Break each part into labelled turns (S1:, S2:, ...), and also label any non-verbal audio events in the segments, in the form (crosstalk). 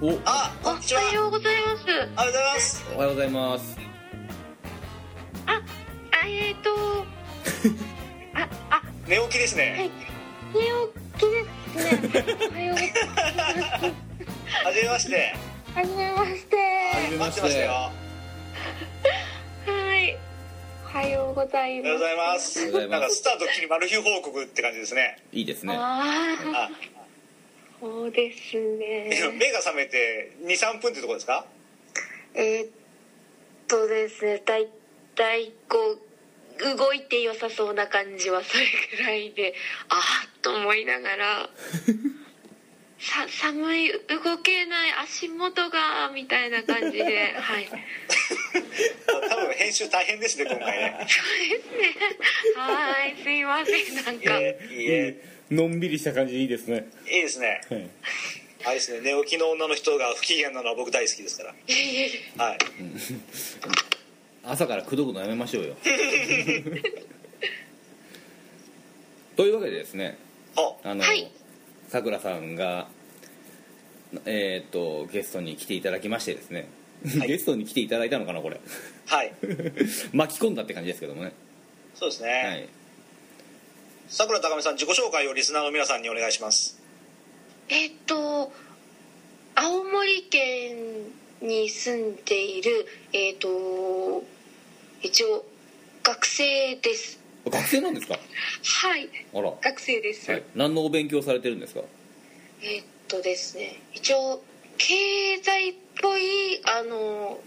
S1: お
S2: あ、
S3: お
S2: こんにちは。
S3: はようございます。
S2: ありがとうございます。
S1: おはようございます (laughs)
S3: あ、あえっ、と、あ、あ、
S2: 寝起きです
S3: は
S2: ね。
S3: い。寝起きですね。おはようございます。
S2: はじめまして。
S3: はじめまして。
S1: はじめまして
S2: 待ってましたよ。あ
S3: はい。おはようござい
S2: り
S3: ま
S2: がとうござ
S3: す。
S2: いま
S1: あり
S2: す。
S1: がとうございます
S2: なんかスタート切りマル秘報告って感じですね。
S1: いいですね
S3: ああ、
S2: あ、
S3: そうですね。
S2: 目が覚めて2、3分ってとこですか
S3: えーっとですね、だいたいこう動いて良さそうな感じはそれくらいで、ああと思いながら。さ寒い動けない足元がみたいな感じではいそう
S2: あ多分編集大変ですね、今回ね。
S3: ですねはーいすいませんなん
S2: い
S3: か
S2: え、いえ、
S1: のんびりした感じでいいですね
S2: いいですね。
S1: はい
S2: あれですね、寝起きの女の人が不機嫌なのは僕大好きですから。
S3: いえいえ
S2: はい。
S1: 朝から口説くのやめましょうよというわけでですね
S2: あ、
S1: あの
S3: はい
S1: さくらさんがえーっとゲストに来ていただきましてですね、
S2: は
S1: (laughs)
S2: い
S1: ゲストに来ていただいたのかなこれ (laughs)
S2: はい。
S1: 巻き込んだって感じですけどもね
S2: そうです
S1: は
S2: ね。
S1: い
S2: さくらたかみさん、自己紹介をリスナーの皆さんにお願いします。
S3: えっと青森県に住んでいるえっと一応学生です
S1: 学生なんですか
S3: はい
S1: あら、は
S3: 学生です、
S1: い、何のお勉強されてるんですか
S3: えっとですね一応経済っぽいあ
S1: (laughs)
S3: の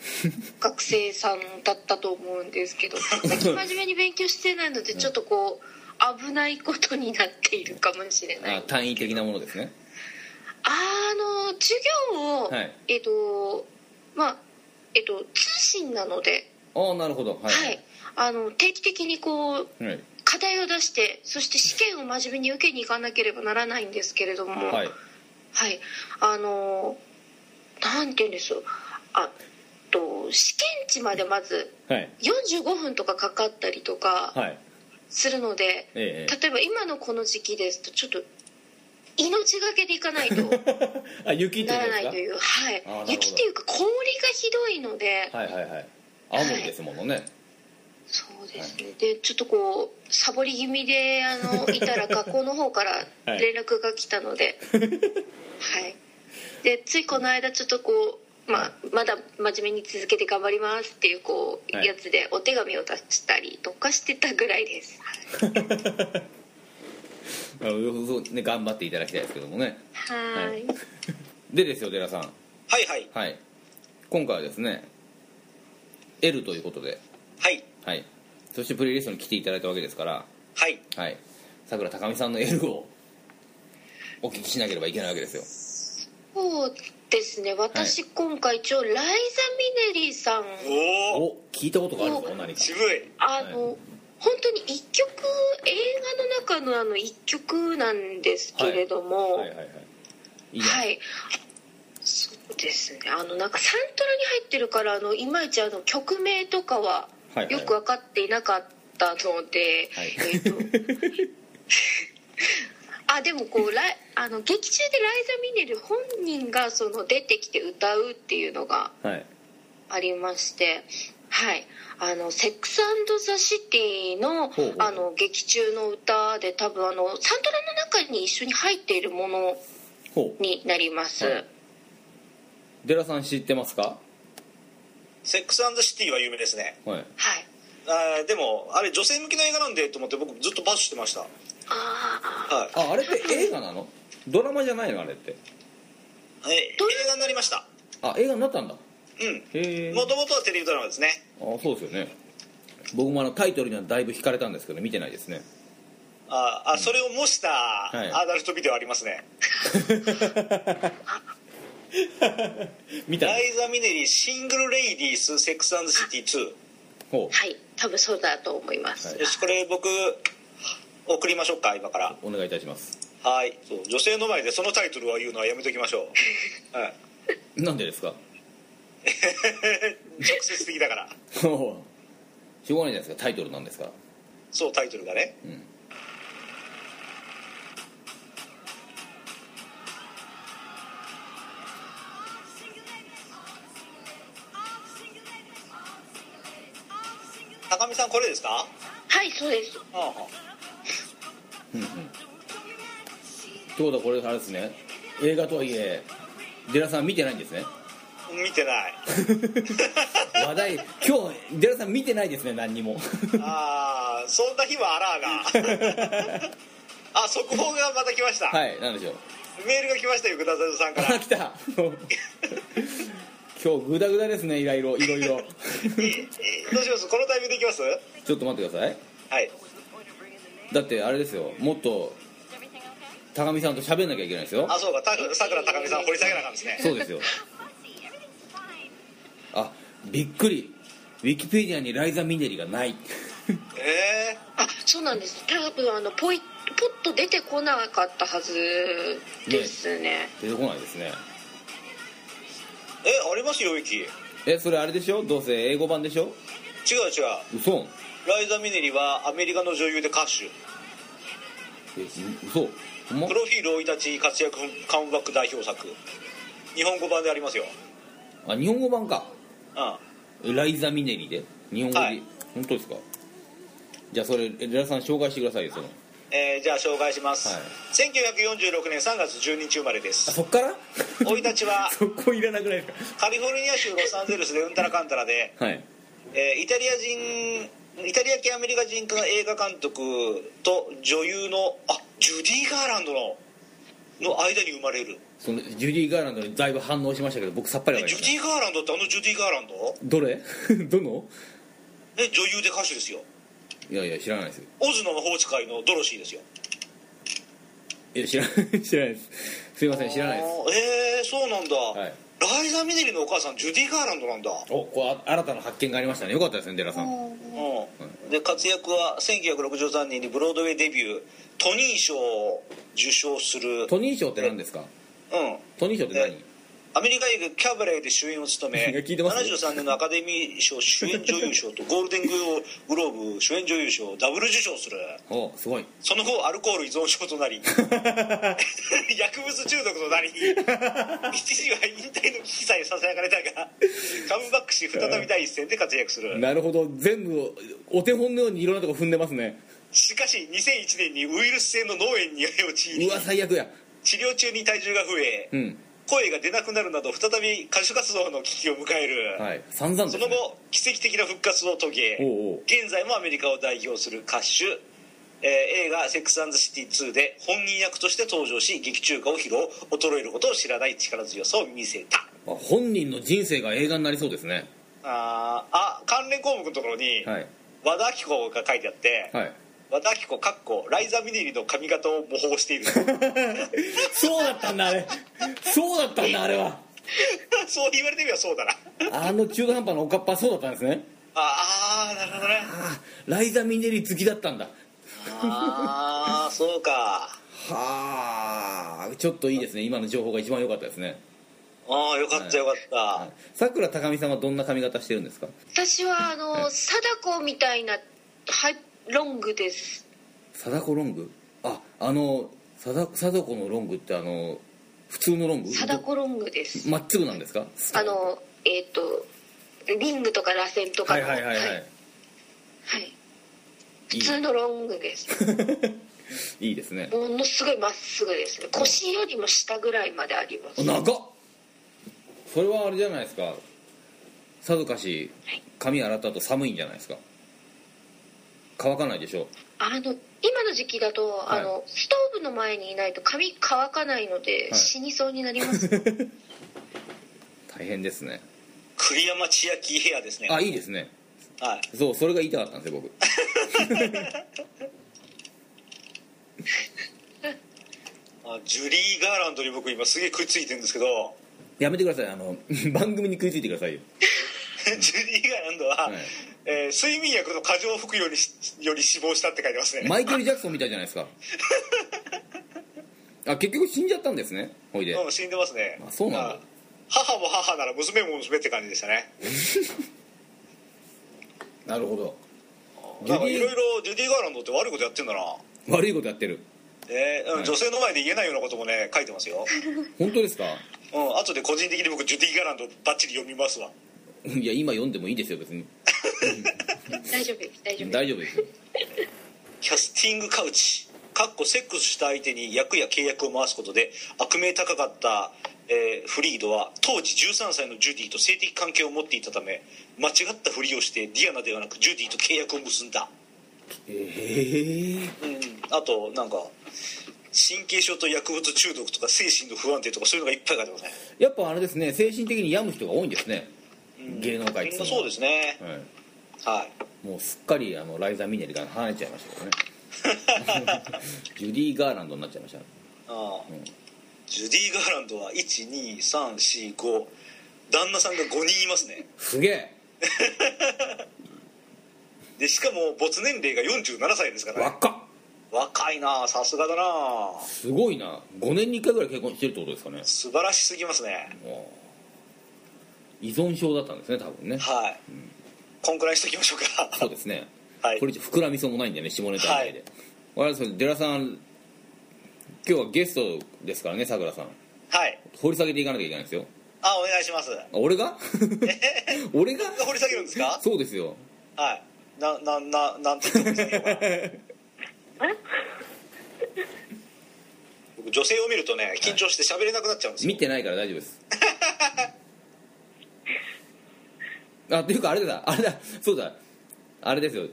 S3: 学生さんだったと思うんですけど最近真面目に勉強してないのでちょっとこう危ないことになっているかもしれない
S1: あ単位的なものですね
S3: あの授業を、
S1: はい
S3: えっ、とまあえっ、と通信なので、
S1: ああなるほどは
S3: はいいあの定期的にこう
S1: はい
S3: 課題を出してそして試験を真面目に受けに行かなければならないんですけれども、
S1: はい
S3: はいあのなんて言うんでしょうあと試験値までまず
S1: はい
S3: 45分とかかかったりとか
S1: はい
S3: するので、
S1: ええ
S3: 例えば今のこの時期ですとちょっと命がけでいか
S1: (laughs)
S3: ないと。
S1: ええあ雪って
S3: な
S1: こと
S3: ら
S1: で
S3: ないと
S1: す
S3: いう、
S1: あーなる
S3: は
S1: ほ
S3: い、
S1: ど
S3: 雪っていうか氷がひどいので、
S1: かはいはいはい青森ですものね、
S3: そうですねでちょっとこうサボり気味であのいたら学校の方から
S1: (laughs) はい
S3: 連絡が来たので、はいでついこの間ちょっとこう、まあ、まだ真面目に続けて頑張りますっていうこう、
S1: はい
S3: やつでお手紙を出したりとかしてたぐらいです、
S1: あのそうね頑張っていただきたいですけどもね
S3: はい
S1: は
S3: はいい
S1: でですよ寺さん
S2: はいはい。
S1: はい今回はですね L ということで
S2: はい。
S1: はいそしてプレイリストに来ていただいたわけですから
S2: はい。
S1: はいさくらたかみさんの L をお聞きしなければいけないわけですよ
S3: そうですね私今回一応ライザミネリーさん
S2: おお
S1: お聞いたことがあるぞ
S3: お
S1: 何か
S2: 渋い。
S3: あの、
S1: はい
S3: 本当に一曲映画の中のあの一曲なんですけれども
S1: は
S3: はいい、
S1: はいはいいいじゃん
S3: そうですねあのなんかサントラに入ってるからあのいまいちあの曲名とかは
S1: はいはい
S3: よく分かっていなかったので、
S1: はい
S3: えっ、と (laughs) あでもこうライあの劇中でライザ・ミネル本人がその出てきて歌うっていうのが
S1: はい
S3: ありまして、はい、あのセックスザ・シティの
S1: ほうほう
S3: あの劇中の歌で多分あのサントラの中に一緒に入っているもの
S1: ほう
S3: になります、
S1: はいデラさん知ってますか
S2: セックスシティは有名ですね。
S1: はい
S3: はい、
S2: あーでもあれ女性向きの映画なんでと思って僕ずっとパスしてました
S3: あ
S2: はい
S1: ああれって映画なのドラマじゃないのあれって
S2: え映
S3: どう
S2: 画になりました
S1: あ映画になったんだ
S2: うん
S1: へえ
S2: もともとはテレビドラマですね
S1: あそうですよね僕もあのタイトルにはだいぶ惹かれたんですけど見てないですね
S2: あーあそれを模した
S1: い
S2: アダルトビデオありますね
S1: 見
S2: 「
S1: た
S2: ライザ・ミネリーシングル・レイディース・セックスシティ2
S1: ほ
S3: ーはい多分そうだと思います、
S1: は」い
S2: よしこれ僕送りましょうか今から
S1: うお願いいたします
S2: はいそう女性の前でそのタイトルは言うのはやめときましょう、はい、 (laughs)
S1: なんでですか
S2: 直接的だから
S1: ほうしょうがないじゃないですかタイトルなんですから
S2: そうタイトルがね
S1: うん
S2: ですか
S3: はいそうです
S2: ああ
S1: ってことはこれあれですね映画とはいえデラさん見てないんですね
S2: 見てない
S1: 話題今日デラさん見てないですね何にも (laughs)
S2: ああそんな日はあらあがあ速報がまた来ました、
S1: はいなんでしょう
S2: メールが来ましたよグダザルさんから
S1: あ (laughs) 来た今日グダグダですねいろいろいろいろ (laughs)
S2: ええどうしますこのタイミングでいきますは
S1: ちょっと待ってください
S2: い
S1: だってあれですよもっと高見さんと喋んなきゃいけないですよ
S2: あそうかたさくら高見さん掘り下げなあかんですね
S1: そうですよあびっくりウィキペディアにライザ・ミネリがない
S2: ええ
S3: あそうなんです多分あのポイポッと出てこなかったはずですね
S1: 出てこないですね
S2: えありますよ域違う違う
S1: えそれあれでしょどうせ英語版でしょ嘘
S2: ライザ・ミネリはアメリカの女優で歌手
S1: え嘘ほんま
S2: プロフィール生い立ち活躍カムバック代表作日本語版でありますよ
S1: あ日本語版か
S2: うん
S1: ライザ・ミネリで日本語で、
S2: はい
S1: 本当ですかじゃあそれレラさん紹介してくださいよその
S2: えーじゃあ紹介します、
S1: はい
S2: 1946年3月12日生まれで
S1: あ
S2: す
S1: そっ (laughs) から
S2: 生い立ちは
S1: そこいらなくないです
S2: カリフォルニア州ロサンゼルスでうんたらかんたらで、
S1: かはい
S2: えーイタリア人イタリア系アメリカ人の映画監督と女優のあジュディ・ガーランドのの間に生まれる
S1: そのジュディ・ガーランドにだいぶ反応しましたけど僕さっぱり
S2: え
S1: わか
S2: ジ
S1: りません
S2: ュディ・ガーランドってあのジュディ・ガーランド
S1: どれ (laughs) どの
S2: え女優で歌手ですよ
S1: いやいや知らないですよ
S2: オズの魔法使いのドロシーですよ
S1: いや知らない (laughs) 知らないですすいません知らないです
S2: えー、そうなんだ、
S1: はい
S2: ライザ・ミネリのお母さんジュディ・ガーランドなんだ
S1: おこうあ新たな発見がありましたねよかったですねデラさん
S2: うん、で活躍は1963年にブロードウェイデビュートニー賞を受賞する、うん、
S1: トニー賞って何ですかトニー賞って何
S2: アメリカ映画「キャバレー」で主演を務め
S1: いや (laughs) 聞いてます
S2: 73年のアカデミー賞主演女優賞とゴールデングローブ主演女優賞をダブル受賞する
S1: おすごい
S2: その後アルコール依存症となり (laughs) 薬物中毒と
S1: (laughs)
S2: なり一時は引退の危機さえささやかれたがカムバックし再び第一線で活躍する
S1: なるほど全部お手本のようにいろんなとこ踏んでますね
S2: しかし2001年にウイルス性の脳炎に陥り
S1: うわ最悪や
S2: 治療中に体重が増え、
S1: うん
S2: 声が出なくなるなど再び歌手活動の危機を迎える、
S1: はい散々です、
S2: その
S1: ね、
S2: 後奇跡的な復活を遂げ
S1: おうおう
S2: 現在もアメリカを代表する歌手、えー映画「セックスシティ2」で本人役として登場し劇中歌を披露衰えることを知らない力強さを見せた
S1: あ本人の人生が映画になりそうですね
S2: あーあ関連項目のところに、
S1: はい
S2: 和田アキ子が書いてあって、
S1: はい
S2: 和田アキ子かっこライザ・ミネリの髪型を模倣している (laughs)
S1: そうだったんだあれそうだったんだあれは
S2: そう言われてみればそうだな
S1: あの中途半端なおかっぱそうだったんですね
S2: ああなるほどね
S1: あライザ・ミネリ好きだったんだ
S2: ああそうか
S1: はあちょっといいですね今の情報が一番良かったですね
S2: ああよかったよかった、
S1: さくら高見さんはどんな髪型してるんですか
S3: 私はあ
S1: は
S3: の
S1: い
S3: 貞子みたいなはいロングです
S1: 貞子ロングああの貞貞子のロングってあの普通のロング
S3: 貞子ロングです
S1: まっつぐなんですか
S3: あのえっ、とリングとか螺旋とか
S1: はい
S3: の
S1: はいはいは
S3: はい
S1: い
S3: はい普
S1: い
S3: 通のロングです
S1: いいいですね
S3: ものすごいまっすぐ
S1: (laughs)
S3: ですね腰よりも下ぐらいまであります
S1: 長っそれはあれじゃないですかさぞかし髪洗った後寒いんじゃないですか乾かないでしょ
S3: あの今の時期だと、
S1: はい
S3: あのストーブの前にいないと髪乾かないので、
S1: はい
S3: 死にそうになり
S1: (laughs)
S3: ます
S1: 大変ですね
S2: 栗山千明ヘアですね
S1: あいいですね
S2: はい
S1: そうそれが言いたかったんですよ僕
S2: あジュリー・ガーランドに僕今すげえ食いついてるんですけど、
S1: やめてくださいあの (laughs) 番組に食いついてくださいよ
S2: (laughs) ジュリー・ガーランドは、
S1: はい
S2: えー睡眠薬の過剰服用にしより死亡したって書いてますね
S1: マイケル・ジャクソンみたいじゃないです
S2: (laughs)
S1: かあ結局死んじゃったんですねほいで
S2: うん死んでますね
S1: あそうなんだ
S2: あ母も母なら娘も娘って感じでしたね
S1: なるほどジ
S2: なんか
S1: ュ
S2: い
S1: リ
S2: ろい
S1: ー
S2: ろジュディ・ガーランドって悪いことやってんだな
S1: 悪いことやってる
S2: えーうん
S1: はい
S2: 女性の前で言えないようなこともね書いてますよ、
S1: 本当ですか (laughs)
S2: うん、後で個人的に僕ジュディ・ガーランドバッチリ読みますわ
S1: いや今読んでもいいですよ別に
S3: 大丈夫です大丈夫です
S1: 大丈夫ですよ
S2: キャスティングカウチかっこセックスした相手に役や契約を回すことで悪名高かった、えーフリードは当時13歳のジュディと性的関係を持っていたため間違ったふりをしてディアナではなくジュディと契約を結んだ
S1: ええ
S2: うんあとなんか神経症と薬物中毒とか精神の不安定とかそういうのがいっぱい書いてますね
S1: やっぱあれですね精神的に病む人が多いんですね、芸能界
S2: みん
S1: の
S2: な
S1: は
S2: そうですね
S1: はい
S2: はい
S1: もうすっかりあのライザーミネルが離れちゃいましたけどね (laughs) ジュディ・ガーランドになっちゃいました
S2: ああ
S1: うん
S2: ジュディ・ガーランドは12345旦那さんが5人いますね
S1: すげえ
S2: でしかも没年齢が47歳ですから、ね、
S1: 若っ
S2: 若いなあさすがだなあ
S1: すごいな5年に1回ぐらい結婚してるってことですかね
S2: 素晴らしすぎますね
S1: おー依存症だったんですね多分ね
S2: はい、こんくらいにしときましょう
S1: そ
S2: か (laughs)
S1: うですね
S2: はい
S1: これ以上膨らみそうもないんだよね下ネタ以外で、我々それデラさん今日はゲストですからねさくらさん
S2: はい
S1: 掘り下げていかなきゃいけないんですよ
S2: あお願いします
S1: あ俺が (laughs) 俺が
S2: 掘り下げるんですか
S1: そうですよ
S2: はいななななんて言ってもいいんですか
S1: (laughs)
S2: 僕女性を見るとね緊張して喋れなくなっちゃうんですよ、
S1: 見てないから大丈夫ですあっていうかあれだあれだそうだあれですよ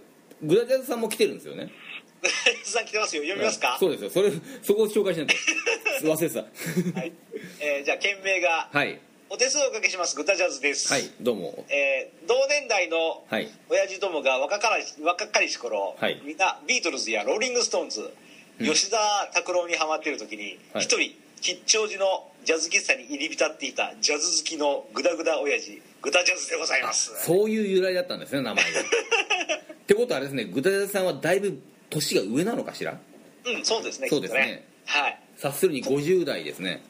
S1: グラディアスさんも来てるんですよね
S2: (laughs) さん来てますよ読みますか、
S1: そうですよそれそこを紹介しないと忘れてた
S2: はいえーじゃあ件名が
S1: はい
S2: 「お手数をおかけしますグッタジャズ」です、
S1: はいどうも
S2: えー同年代の
S1: はい
S2: 親父どもが若からし若かりし頃、
S1: はい
S2: みんなビートルズやローリング・ストーンズ、吉田拓郎にハマってる時に
S1: はい
S2: 一、人吉祥寺のジャズ喫茶に入り浸っていたジャズ好きのグダグダ親父グダジャズでございます
S1: そういう由来だったんですね名前がってことはあれですねグタデさんはだいぶ年が上なのかしら
S2: うんそうですね
S1: そうですね
S2: きっとはい
S1: 察するに50代ですね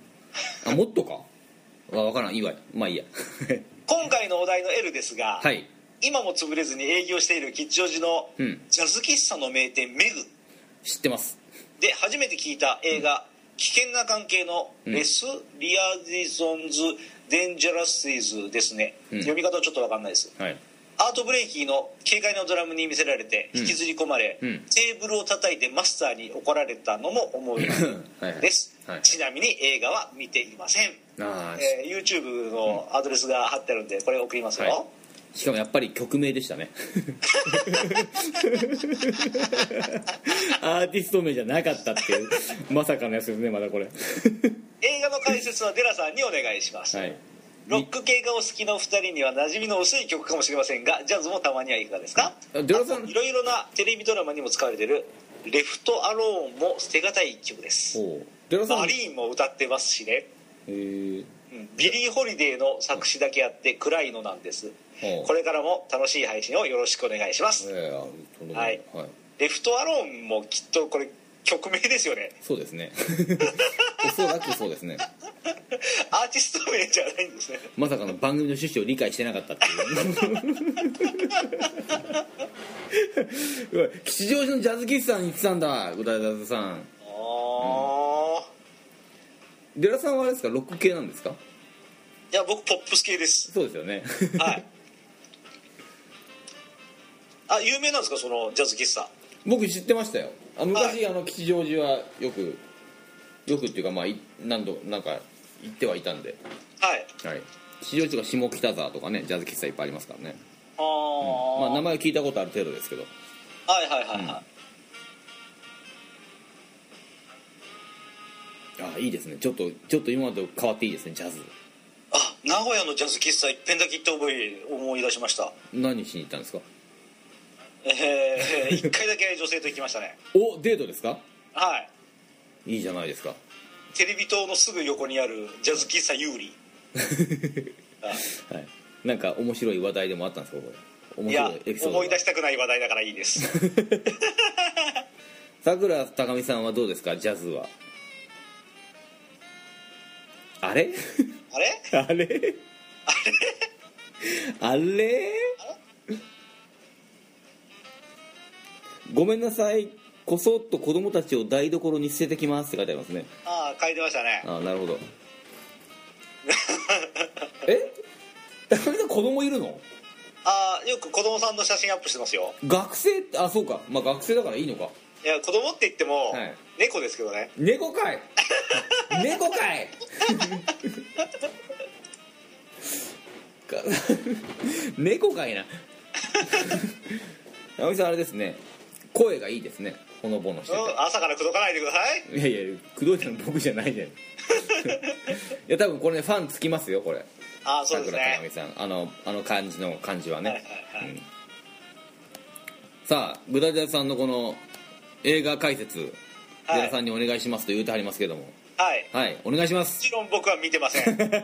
S1: あもっとかわ分からんいいわまあいいや
S2: 今回のお題の L ですが、
S1: はい
S2: 今も潰れずに営業している吉祥寺の
S1: うん
S2: ジャズ喫茶の名店メグ
S1: 知ってます
S2: で初めて聞いた映画「危険な関係」の「
S1: ん
S2: レス・リアディソンズ・デンジャラス・イズ」ですね、
S1: うん
S2: 読み方ちょっと分かんないです
S1: はい
S2: アートブレイキーの軽快なドラムに見せられて
S1: うん
S2: 引きずり込まれ、
S1: うん
S2: テーブルを叩いてマスターに怒られたのも思い出
S1: はいはい
S2: です、
S1: (laughs) はい
S2: ちなみに映画は見ていません、
S1: あー
S2: えー YouTube のアドレスが貼ってあるんでこれ送りますよ、
S1: はいしかもやっぱり曲名でしたねアーティスト名じゃなかったっていうまさかのやつですねまだこれ
S2: 映画の解説はデラさんにお願いします、
S1: はい
S2: ロック系がお好きのお二人には馴染みの薄い曲かもしれませんがジャズもたまにはいかがですか
S1: あデラさん
S2: あといろいろなテレビドラマにも使われてる「レフト・アローン」も捨てがたい一曲です
S1: おう寺さん
S2: マリーンも歌ってますしね、
S1: えー
S2: うんビリー・ホリデーの作詞だけあって暗いのなんです
S1: おう
S2: これからも楽しい配信をよろしくお願いします
S1: えーあその
S2: はい
S1: はい
S2: 「レフト・アローン」もきっとこれ曲名ですよね
S1: そうですね (laughs) おそらくそうですね
S2: アーティスト名じゃないんですね
S1: まさかの番組の趣旨を理解してなかったっていううわ吉祥寺のジャズ喫茶に行ってたんだ歌いださん
S2: ああ、
S1: デラさんはあれですかロック系なんですか
S2: いや僕ポップス系です
S1: そうですよね (laughs)
S2: はいあ有名なんですかそのジャズ喫茶
S1: 僕知ってましたよあ昔、あの吉祥寺はよくよくっていうかまあい何度なんか行ってはいたんで、
S2: はい
S1: はい、吉祥寺とか下北沢とかねジャズ喫茶いっぱいありますからね
S2: ああ、
S1: まあ名前聞いたことある程度ですけど
S2: はいはいはいはい、
S1: ああいいですねちょっとちょっと今と変わっていいですねジャズ
S2: あ名古屋のジャズ喫茶一遍だけ行った覚え思い出しました
S1: 何しに行ったんですか
S2: えー、1回だけ女性と行きましたね
S1: おデートですか
S2: はい
S1: いいじゃないですか
S2: テレビ塔のすぐ横にあるジャズ喫茶ユーリ
S1: はいなんか面白い話題でもあったんですかこれ面
S2: いや
S1: 白いエピソード
S2: 思い出
S1: が
S2: したくない話題だからいいです
S1: (laughs) さくらたかみさんはどうですかジャズはあれ
S2: あれ
S1: あれ (laughs) あれごめんなさいこそっと子供たちを台所に捨ててきますって書いてありますね
S2: ああ書いてましたね
S1: ああなるほどえ高見さん子供いるの
S2: ああよく子供さんの写真アップしてますよ
S1: 学生ってあそうかまあ学生だからいいのか
S2: いや子供って言っても、
S1: はい
S2: 猫ですけどね
S1: 猫かい猫かいか猫かいな直美さんあれですね声がいいですねほのぼのして
S2: うん
S1: て
S2: 朝から口説かないでください
S1: いやいや口説いたの僕じゃないじゃんいや多分これねファンつきますよこれ
S2: ああそうです
S1: 桜かなみ
S2: ね
S1: さんあのあの感じの感じはね、
S2: はいはいは
S1: う
S2: い
S1: んさあブダジャズさんのこの映画解説
S2: はい
S1: 寺、さんにお願いしますと言うてはりますけども
S2: はいも
S1: はいお願いします
S2: ちろん僕は見てませ
S1: (laughs)
S2: んマー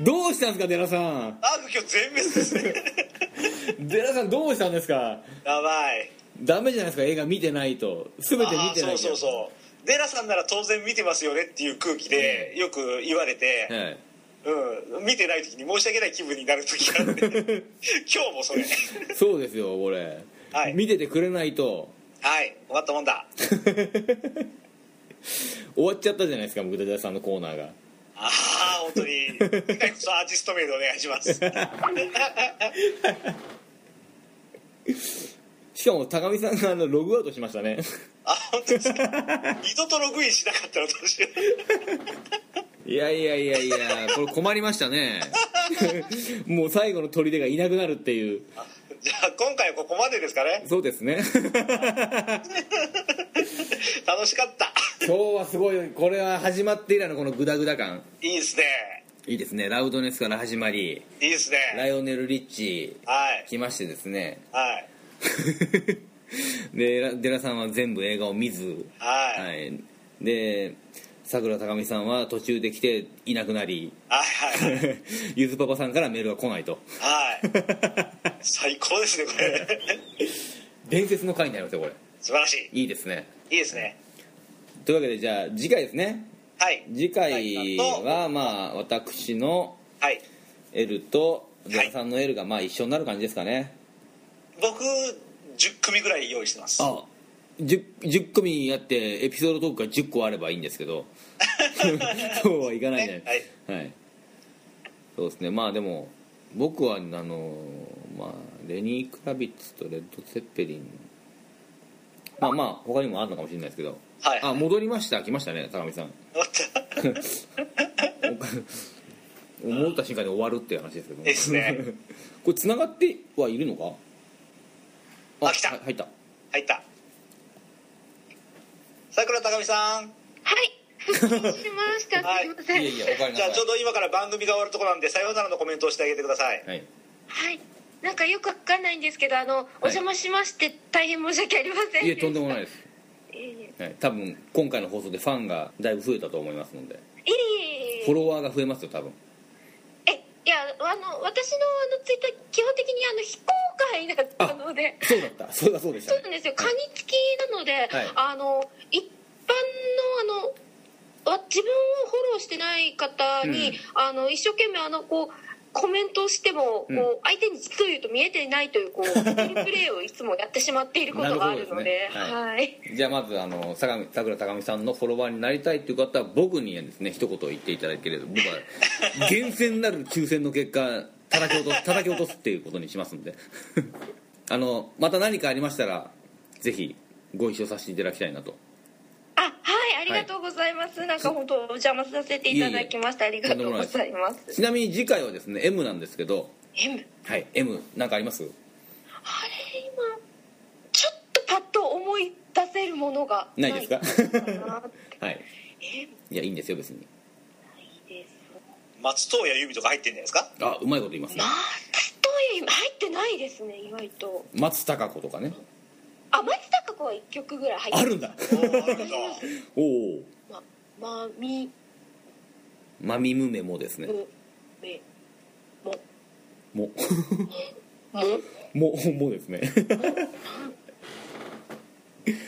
S1: どうしたんですか寺さん
S2: ク今日全滅ですね
S1: 寺さんどうしたんですか
S2: やばい
S1: ダメじゃないですか映画見てないと全て見てない
S2: ああそうそう
S1: う
S2: そうデラさんなら当然見てますよねっていう空気でよく言われて、
S1: はい
S2: うん、見てない時に申し訳ない気分になる時があって今
S1: (laughs)
S2: 日もそれ
S1: そうですよこれ、
S2: はい
S1: 見ててくれないと
S2: はい終わったもんだ
S1: 終わっちゃったじゃないですか僕ダジャズさんのコーナーが
S2: ああ本当に次回こそアーティスト名でお願いします
S1: しかも高見さんがあのログアウトしましたね
S2: あ本当ですか二度とログインしなかったら私
S1: いやいやいやいやこれ困りましたね (laughs) もう最後の砦がいなくなるっていう
S2: じゃあ今回はここまでですかね
S1: そうですね
S2: 楽しかった
S1: 今日はすごいこれは始まって以来のこのグダグダ感
S2: いいですね
S1: いいですねラウドネスから始まり
S2: いいです
S1: ラ
S2: ね
S1: イオネル・リッチ
S2: はい
S1: 来ましてです
S2: (laughs)
S1: ね
S2: はい
S1: でラデラさんは全部映画を見ず
S2: はいはい
S1: いでさくらたかみさんは途中で来ていなくなり (laughs)
S2: はい
S1: ゆずパパさんからメールが来ない
S2: (laughs)
S1: と
S2: はい最高ですねこれ
S1: 伝説の回になりますよこれ
S2: 素晴らし
S1: いいですね
S2: いいいですね
S1: というわけでじゃあ次回ですね
S2: はい
S1: 次回はまあ私の
S2: はい
S1: L とデラさんの L がまあ一緒になる感じですかね、
S2: 僕10組ぐらい用意してます
S1: あ 10, 10組やってエピソードトークが10個あればいいんですけ
S2: (laughs)
S1: どそうはいかないね
S2: はい
S1: はい、そうですねまあでも僕はあのまあレニー・クラビッツとレッド・セッペリンまあまあ他にもあるのかもしれないですけど、
S2: はい
S1: あ戻りました来ましたね高見さん (laughs)
S2: わかった
S1: お戻った瞬間に終わるっていう話ですけど
S2: ですね
S1: (laughs) これ繋がってはいるのか
S2: あ来た
S1: はい入った
S2: 入った桜高見さん
S3: はい (laughs) 復帰しましたす
S2: はい
S3: いません
S1: いやいやおかえりな
S2: じ
S1: さ
S2: ゃ
S1: い
S2: あちょうど今から番組が終わるとこなんでさようならのコメントをしてあげてください
S1: はい
S3: はいなんかよくわかんないんですけどあの、お邪魔しまして大変申し訳ありません
S1: いえとんでもない
S3: い
S1: です
S3: えいえ
S1: はい、多分今回の放送でファンがだいぶ増えたと思いますので
S3: いえいえ
S1: フォロワーが増えますよ多分
S3: えいやあの私のあのツイッター基本的にあの非公開だったので
S1: そうだったそうだそうでした
S3: そう
S1: ね
S3: なんですよカニ付きなので、あの一般のあのわ自分をフォローしてない方に、
S1: うん
S3: あの一生懸命あのこうコメントをしても、
S1: うん
S3: こう相手に実を言うと見えていないと
S1: (laughs)
S3: いうこうステルプレーをいつもやってしまっていることがあるので
S1: なるほどですね
S3: はい、
S1: じゃあまずあの相模桜高見さんのフォロワーになりたいという方は僕にですね一言言っていただければ僕は厳選なる抽選の結果叩き落と (laughs) す叩き落とすっていうことにしますんで (laughs) あのまた何かありましたらぜひご一緒させていただきたいなと
S3: あはいありがとうございます、なんか本当お邪魔させていただきました
S1: いえいえ
S3: ありがとうございま
S1: ち
S3: す
S1: なみに次回はですね M なんですけど
S3: M
S1: はい M なんかあります
S3: あれ今ちょっとパッと思い出せるものが
S1: ないですか
S3: なって
S1: はいいやいいんですよ別に
S3: です
S2: 松任谷由実とか入ってんじゃないですか
S1: あうまいこと言いますね
S3: まあという入ってないですね意外と
S1: 松たか子とかね
S3: あ松たか子は1曲ぐらい入って
S1: あるんだ
S2: おーあるんだ
S1: (laughs) おお
S3: ままみ
S1: まみむめもですね
S3: むめも
S1: も (laughs)
S3: も
S1: ももですね (laughs)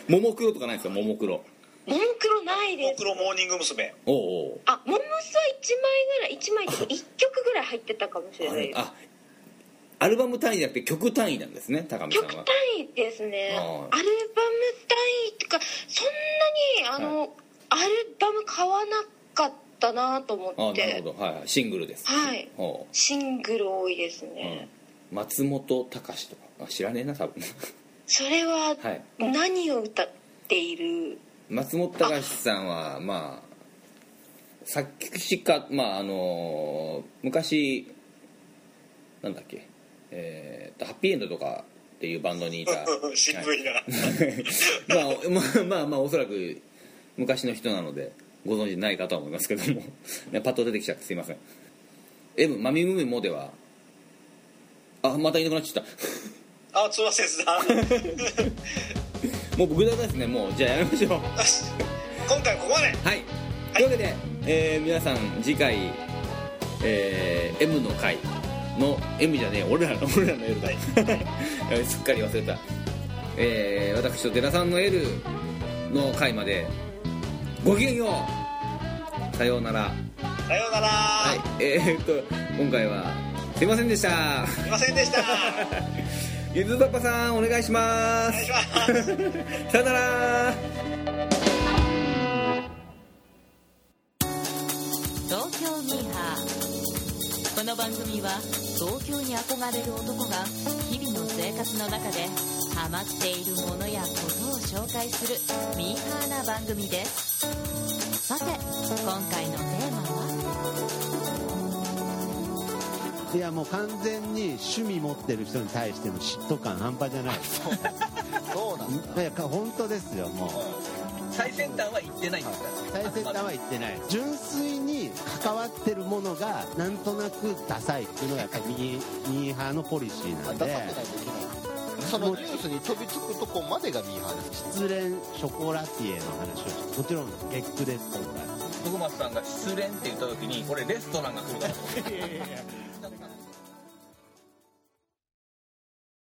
S1: ももクロとかないですかももクロ
S3: ももクロない
S2: モ
S3: で
S2: ク
S3: す
S2: ロモーニング娘。
S1: おうおう
S3: あももスは1枚ぐらい1枚っていうか1曲ぐらい入ってたかもしれないです
S1: あアルバム単位じゃなくて曲単位なんですね高見さん
S3: 曲
S1: は
S3: 単位ですねアルバム
S1: あ
S3: 単
S1: ー
S3: 位とかそんなにあの、アルバム買わなかっったなと思
S1: あ
S3: っ
S1: なる
S3: て
S1: ほど、はいはい、シングルです
S3: はい
S1: ほ
S3: シングル多いです
S1: ううん
S3: ね、
S1: 松本隆とかあ知らねえな多分 (laughs)
S3: それは
S1: はい
S3: 何を歌っている
S1: 松本隆さんはまあ作曲詞家まああの昔なんだっけえーっとハッピーエンドとかっていうバンドにいた
S2: (laughs) 渋いな、
S1: まあまあまあ、まあ、おそらく昔の人なのでご存知ないかとは思いますけども、ね、パッと出てきちゃってすいません「M マミムメモ」ではあまたいなくなっちゃっ
S2: あ通話せずだ
S1: たもう僕だですねもうじゃあやめましょう
S2: 今回ここまで
S1: はいというわけで、えー皆さん次回、えー M の回の M じゃねえ俺らの俺らの L だやべ (laughs) すっかり忘れた、えー私と寺さんの L の回までごきげんようさようなら
S2: さようなら、
S1: はいえーっと今回はすいませんでした
S2: すいませんでした
S1: ゆずパパさんお願いしま
S2: お願
S1: す
S2: いします
S1: さよなら
S4: 東京ミーハーこの番組は東京に憧れる男が日々の生活の中でハマっているものやことを紹介するミーハーな番組ですさて今回のテーマはい
S5: やもう完全に趣味持ってる人に対しての嫉妬感半端じゃない
S6: そうなんだ
S5: いやか本当ですよもう
S6: 最先端は行ってないんだ
S5: 最先端は言ってない純粋に関わってるものがなんとなくダサいっていうのがやっぱミーミーハーのポリシーな
S6: 出
S5: ん
S6: さ
S5: で
S6: なきゃいけないそのニュースに飛びつくとこまでがミーハーです
S5: 失恋ショコラティエの話をしてもちろん月9です今
S7: 徳
S5: 回
S7: 松さんが失恋って言った時に俺レストランが来るかなと思って